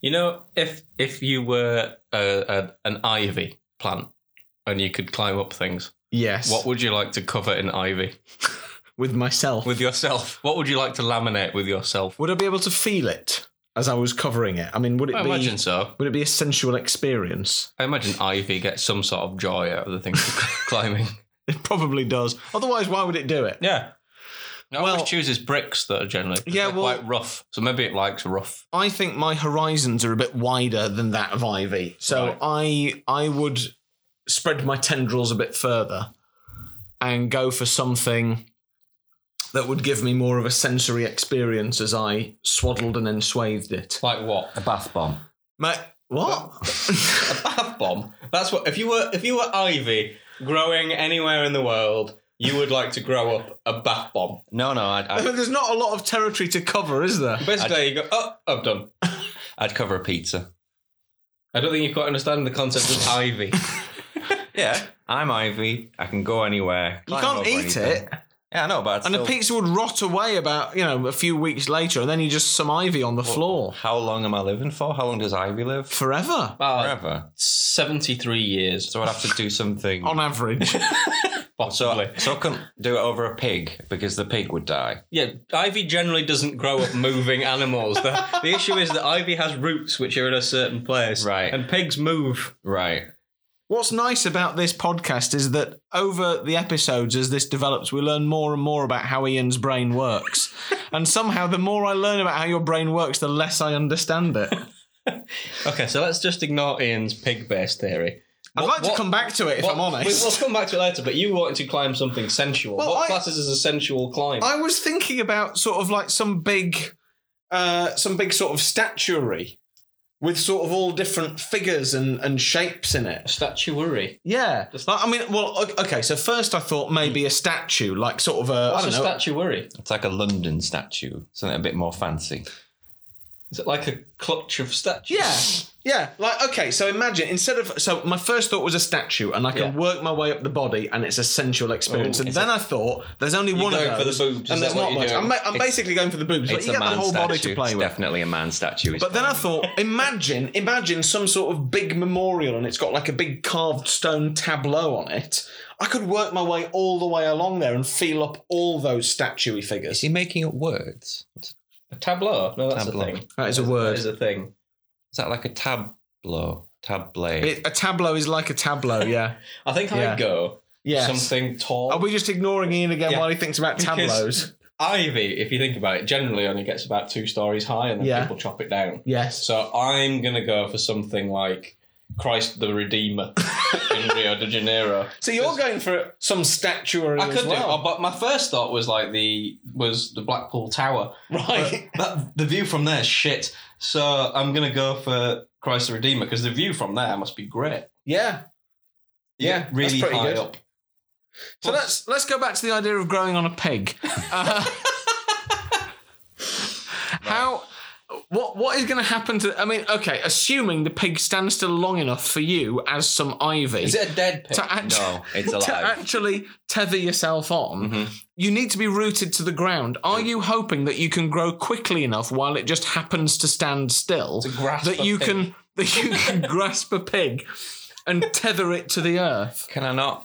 You know, if if you were a, a, an ivy plant and you could climb up things, Yes. what would you like to cover in ivy with myself? with yourself? What would you like to laminate with yourself? would I be able to feel it as I was covering it? I mean, would it I be? imagine so. Would it be a sensual experience? I imagine ivy gets some sort of joy out of the thing climbing. It probably does. Otherwise, why would it do it? Yeah. No, it Well- always chooses bricks that are generally Yeah, they're well- quite rough. So maybe it likes rough. I think my horizons are a bit wider than that of Ivy, so Right. I I would spread my tendrils a bit further and go for something that would give me more of a sensory experience as I swaddled and enswathed it. Like what? A bath bomb. Mate, what? A bath bomb. That's what if you were if you were ivy growing anywhere in the world, you would like to grow up a bath bomb. No, no, I'd, I'd, There's not a lot of territory to cover, is there? Basically, you go. Oh, I'm done. I'd cover a pizza. I don't think you've quite understanding the concept of ivy. Yeah, I'm Ivy. I can go anywhere. You climb can't over eat anything. it, Yeah, I know, but and I'd still, the pizza would rot away about you know a few weeks later, and then you just some ivy on the floor How long am I living for? How long does Ivy live? forever About Forever. Ah, seventy-three years, So I'd have to do something. on average. so, possibly. so I couldn't do it over a pig because the pig would die. Yeah, ivy generally doesn't grow up moving animals. The, the issue is that ivy has roots which are in a certain place, Right. And pigs move. Right. What's nice about this podcast is that over the episodes, as this develops, we learn more and more about how Ian's brain works. and somehow, the more I learn about how your brain works, the less I understand it. Okay, so let's just ignore Ian's pig-based theory. I'd like to what- come back to it if What- I'm honest. we- We'll come back to it later, but you wanted to climb something sensual. Well, what I- classes as a sensual climb? I was thinking about sort of like some big, uh, some big sort of statuary with sort of all different figures and, and shapes in it. Statuary. Yeah. Like, I mean, well, o- okay, so first I thought maybe a statue, like sort of a, I What's a don't know, statuary? It's like a London statue, something a bit more fancy. Is it like a clutch of statues? Yeah. Yeah. Like, okay, so imagine instead of so my first thought was a statue and I can Yeah. work my way up the body and it's a sensual experience. Ooh, and is then I thought there's only one going of for the those, boobs, is and that there's what not you're much. doing? I'm, ma- I'm basically going for the boobs, but It's you a get the man whole statue. body to play it's with. Definitely a man statue. It's But then I thought, imagine, imagine some sort of big memorial and it's got like a big carved stone tableau on it. I could work my way all the way along there and feel up all those statuary Is figures. he making up words? Is A tableau? No, that's Tableau. a thing. That is a That is a thing. that like a tableau? Tablet. It- a tableau is like a tableau, yeah. I think Yeah. I'd go Yes. something tall. Are we just ignoring Ian again Yeah. while he thinks about Because- tableaus? Ivy, if you think about it, generally only gets about two stories high and then Yeah. people chop it down. Yes. So I'm going to go for something like Christ the Redeemer in Rio de Janeiro. So you're going for some statuary I as could do, well, but my first thought was like the was the Blackpool Tower. right? That the view from there is shit. So I'm gonna go for Christ the Redeemer because the view from there must be great. yeah. You Yeah, get that's really pretty high good. up. So let's let's go back to the idea of growing on a peg. Uh, how? What what is going to happen to? I mean, okay, assuming the pig stands still long enough for you as some ivy Is it a dead pig? to act- no, it's to alive. actually tether yourself on, Mm-hmm. you need to be rooted to the ground. Mm. Are you hoping that you can grow quickly enough while it just happens to stand still To grasp that a you pig. can that you can grasp a pig and tether it to the earth? Can I not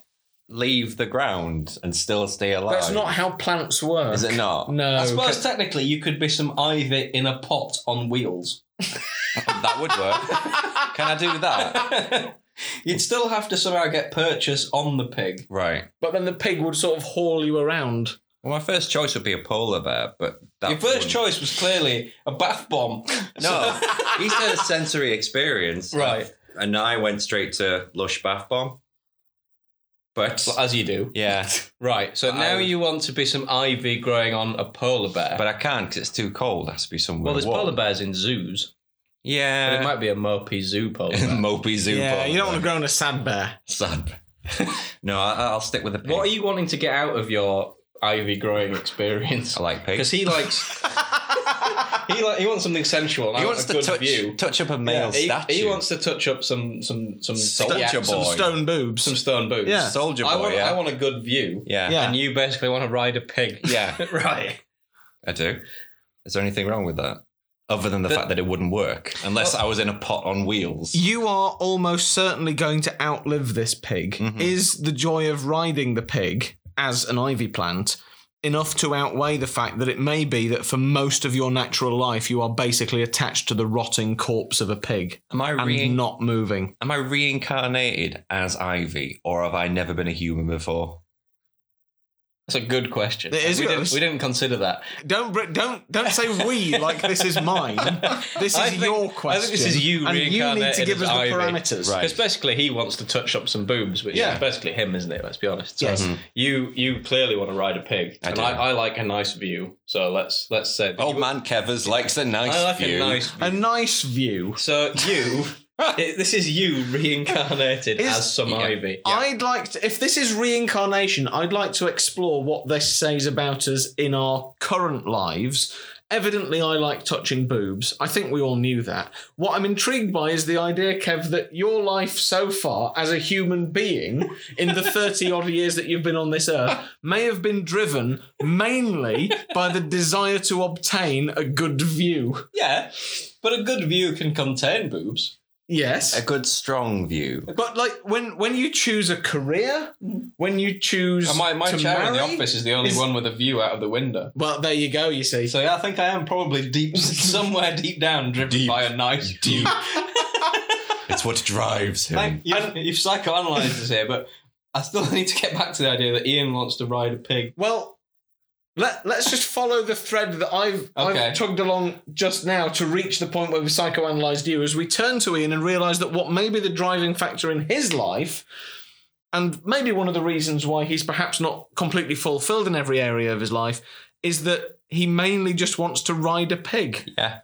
leave the ground and still stay alive? That's not how plants work. Is it not? No. I suppose technically you could be some ivy in a pot on wheels. That would work. Can I do that? You'd still have to somehow get purchase on the pig. Right. But then the pig would sort of haul you around. Well, my first choice would be a polar bear, but that Your 1st wouldn't- choice was clearly a bath bomb. No, he said a sensory experience, Right. And I went straight to lush bath bomb. But As you do. yeah, Right. So now I- you want to be some ivy growing on a polar bear. but I can't because it's too cold. It has to be somewhere. well, there's warm. polar bears in zoos. But it Yeah, might be a mopey zoo polar bear. mopey zoo. Yeah, polar you don't want to bear. grow on a sad bear. Sad. no, I, I'll stick with the pig. what are you wanting to get out of your ivy growing experience? I like Because pigs. he likes. he like he wants something sensual. And He I wants want a to good touch view. touch up a male he, statue. he wants to touch up some some some Statue yeah, Some boy. stone boobs. some stone boots. Yeah. soldier boy. I want yeah. I want a good view. yeah, Yeah. And you basically want to ride a pig. Yeah. right. I do. Is there anything wrong with that? other than the, The- fact that it wouldn't work unless I was in a pot on wheels. You are almost certainly going to outlive this pig. Mhm. Is the joy of riding the pig as an ivy plant enough to outweigh the fact that it may be that for most of your natural life you are basically attached to the rotting corpse of a pig Am I and re- not moving? Am I reincarnated as Ivy, or have I never been a human before? That's a good question. It is we, didn't, yours. we didn't consider that. Don't br- don't don't say we like this is mine. This is I think- your I question. think this is you and you need to reincarnated give as us the Ivy. parameters. Right. Because basically, he wants to touch up some boobs, which Yeah. is basically him, isn't it? Let's be honest. So Yes. you you clearly want to ride a pig, I and do. Oh, I, I like a nice view. So let's let's say Old you- man Kevers likes a nice I like view. a nice. View. A nice view. So you, it, this is you reincarnated Is- as some yeah. ivy. I'd like to, if this is reincarnation, I'd like to explore what this says about us in our current lives. Evidently, I like touching boobs. I think we all knew that. What I'm intrigued by is the idea, Kev, that your life so far as a human being in the 30 odd years that you've been on this earth may have been driven mainly by the desire to obtain a good view. Yeah, but a good view can contain boobs. Yes. a good strong view. But like when when you choose a career, when you choose And Uh, my my to chair in the marry- office is the only is- one with a view out of the window. Well, there you go. You see, So yeah, I think I am probably deep somewhere deep down driven Deep. by a nice Deep. it's what drives him. Like, you've, you've psychoanalyzed us here, but I still need to get back to the idea that Ian wants to ride a pig. well, let let's just follow the thread that I've Okay. I've tugged along just now to reach the point where we psychoanalyzed you. As we turn to Ian and realize that what may be the driving factor in his life. And maybe one of the reasons why he's perhaps not completely fulfilled in every area of his life is that he mainly just wants to ride a pig. yeah.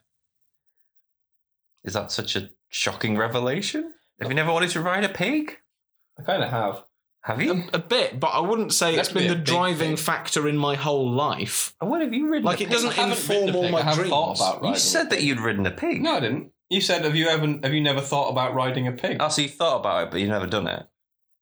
Is that such a shocking revelation? Have you never wanted to ride a pig? I kind of have. Have you? A bit, but I wouldn't say That's it's been a the big driving thing. factor in my whole life. What have you ridden? Like, a it pig? doesn't I haven't inform ridden a all pig. my I haven't thought dreams. about You riding a said that you'd ridden a pig. No, I didn't. You said, "Have you ever? Have you never thought about riding a pig?" Uh, Oh, so you thought about it, but you've never done it.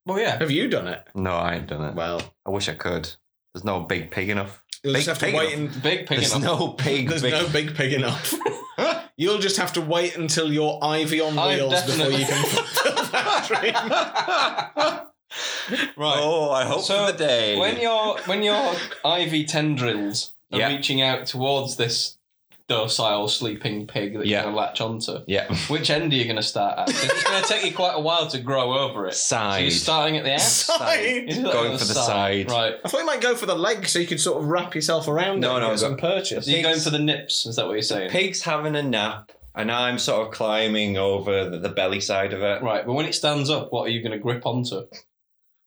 well, yeah. Have you done it? No, I ain't done it. Well, I wish I could. There's no big pig enough. you'll Big just have to pig wait enough. and Big pig. There's enough. no big There's big. no big pig enough. You'll just have to wait until you're ivy on I've wheels before definitely- you can fulfill that dream. right. Oh, I hope So, for the day. When your when your ivy tendrils are Yeah. reaching out towards this docile sleeping pig that Yeah. you're going to latch onto, yeah, which end are you going to start at? 'Cause it's going to take you quite a while to grow over it. So you're side. starting at the end. Side. Isn't that Going on for the side. Right. I thought you might go for the leg so you could sort of wrap yourself around No, it and no, get some I've purchase. So you're Pigs- going for the nips, is that what you're saying? Pig's having a nap, and I'm sort of climbing over the, the belly side of it. Right, but when it stands up, what are you going to grip onto?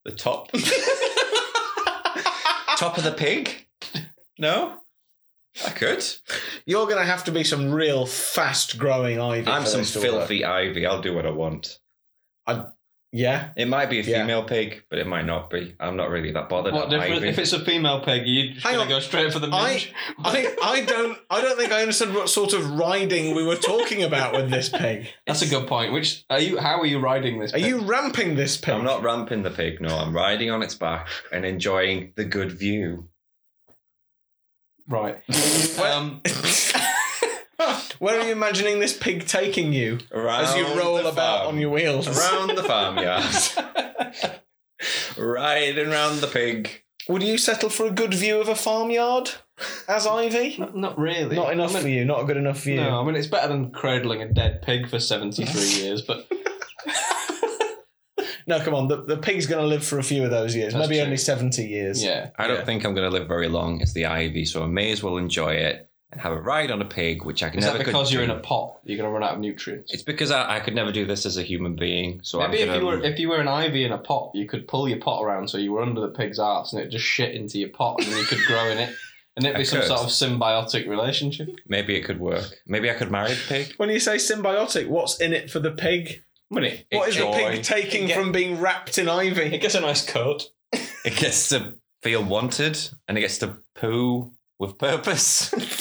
The top. top of the pig? No? I could. You're going to have to be some real fast growing ivy. I'm for some this to work. filthy ivy. I'll do what I want. Yeah. It might be a Yeah. female pig, but it might not be. I'm not really that bothered. What about difference? ivy. If it's a female pig, you're just Hang going on. to go straight for the I- minge? I, I don't I don't think I understood what sort of riding we were talking about with this pig. That's a good point. Which are you? How are you riding this? Are pig? you ramping this pig? I'm not ramping the pig, no. I'm riding on its back and enjoying the good view. right? um, Where are you imagining this pig taking you Around as you roll the about farm. on your wheels? Around the farmyard. Riding round the pig. Would you settle for a good view of a farmyard as Ivy? not, not really. Not enough I mean, for you, not good enough for you. No, I mean it's better than cradling a dead pig for seventy-three years. But No, come on, the, the pig's going to live for a few of those years, That's maybe true. only 70 years. yeah, I don't yeah. think I'm going to live very long. It's the ivy, so I may as well enjoy it and have a ride on a pig, which I can Is never that because could you're in do. a pot? You're going to run out of nutrients. It's um, because I, I could never do this as a human being. So Maybe I'm if you gonna- were if you were an ivy in a pot, you could pull your pot around so you were under the pig's arse, and it just shit into your pot, and then you could grow in it, and it'd I be some could. sort of symbiotic relationship. maybe it could work. Maybe I could marry the pig. When you say symbiotic, what's in it for the pig? Would it? What is the Enjoy. pig taking It get- from being wrapped in ivy? gets a nice coat. It gets to feel wanted and it gets to poo with purpose.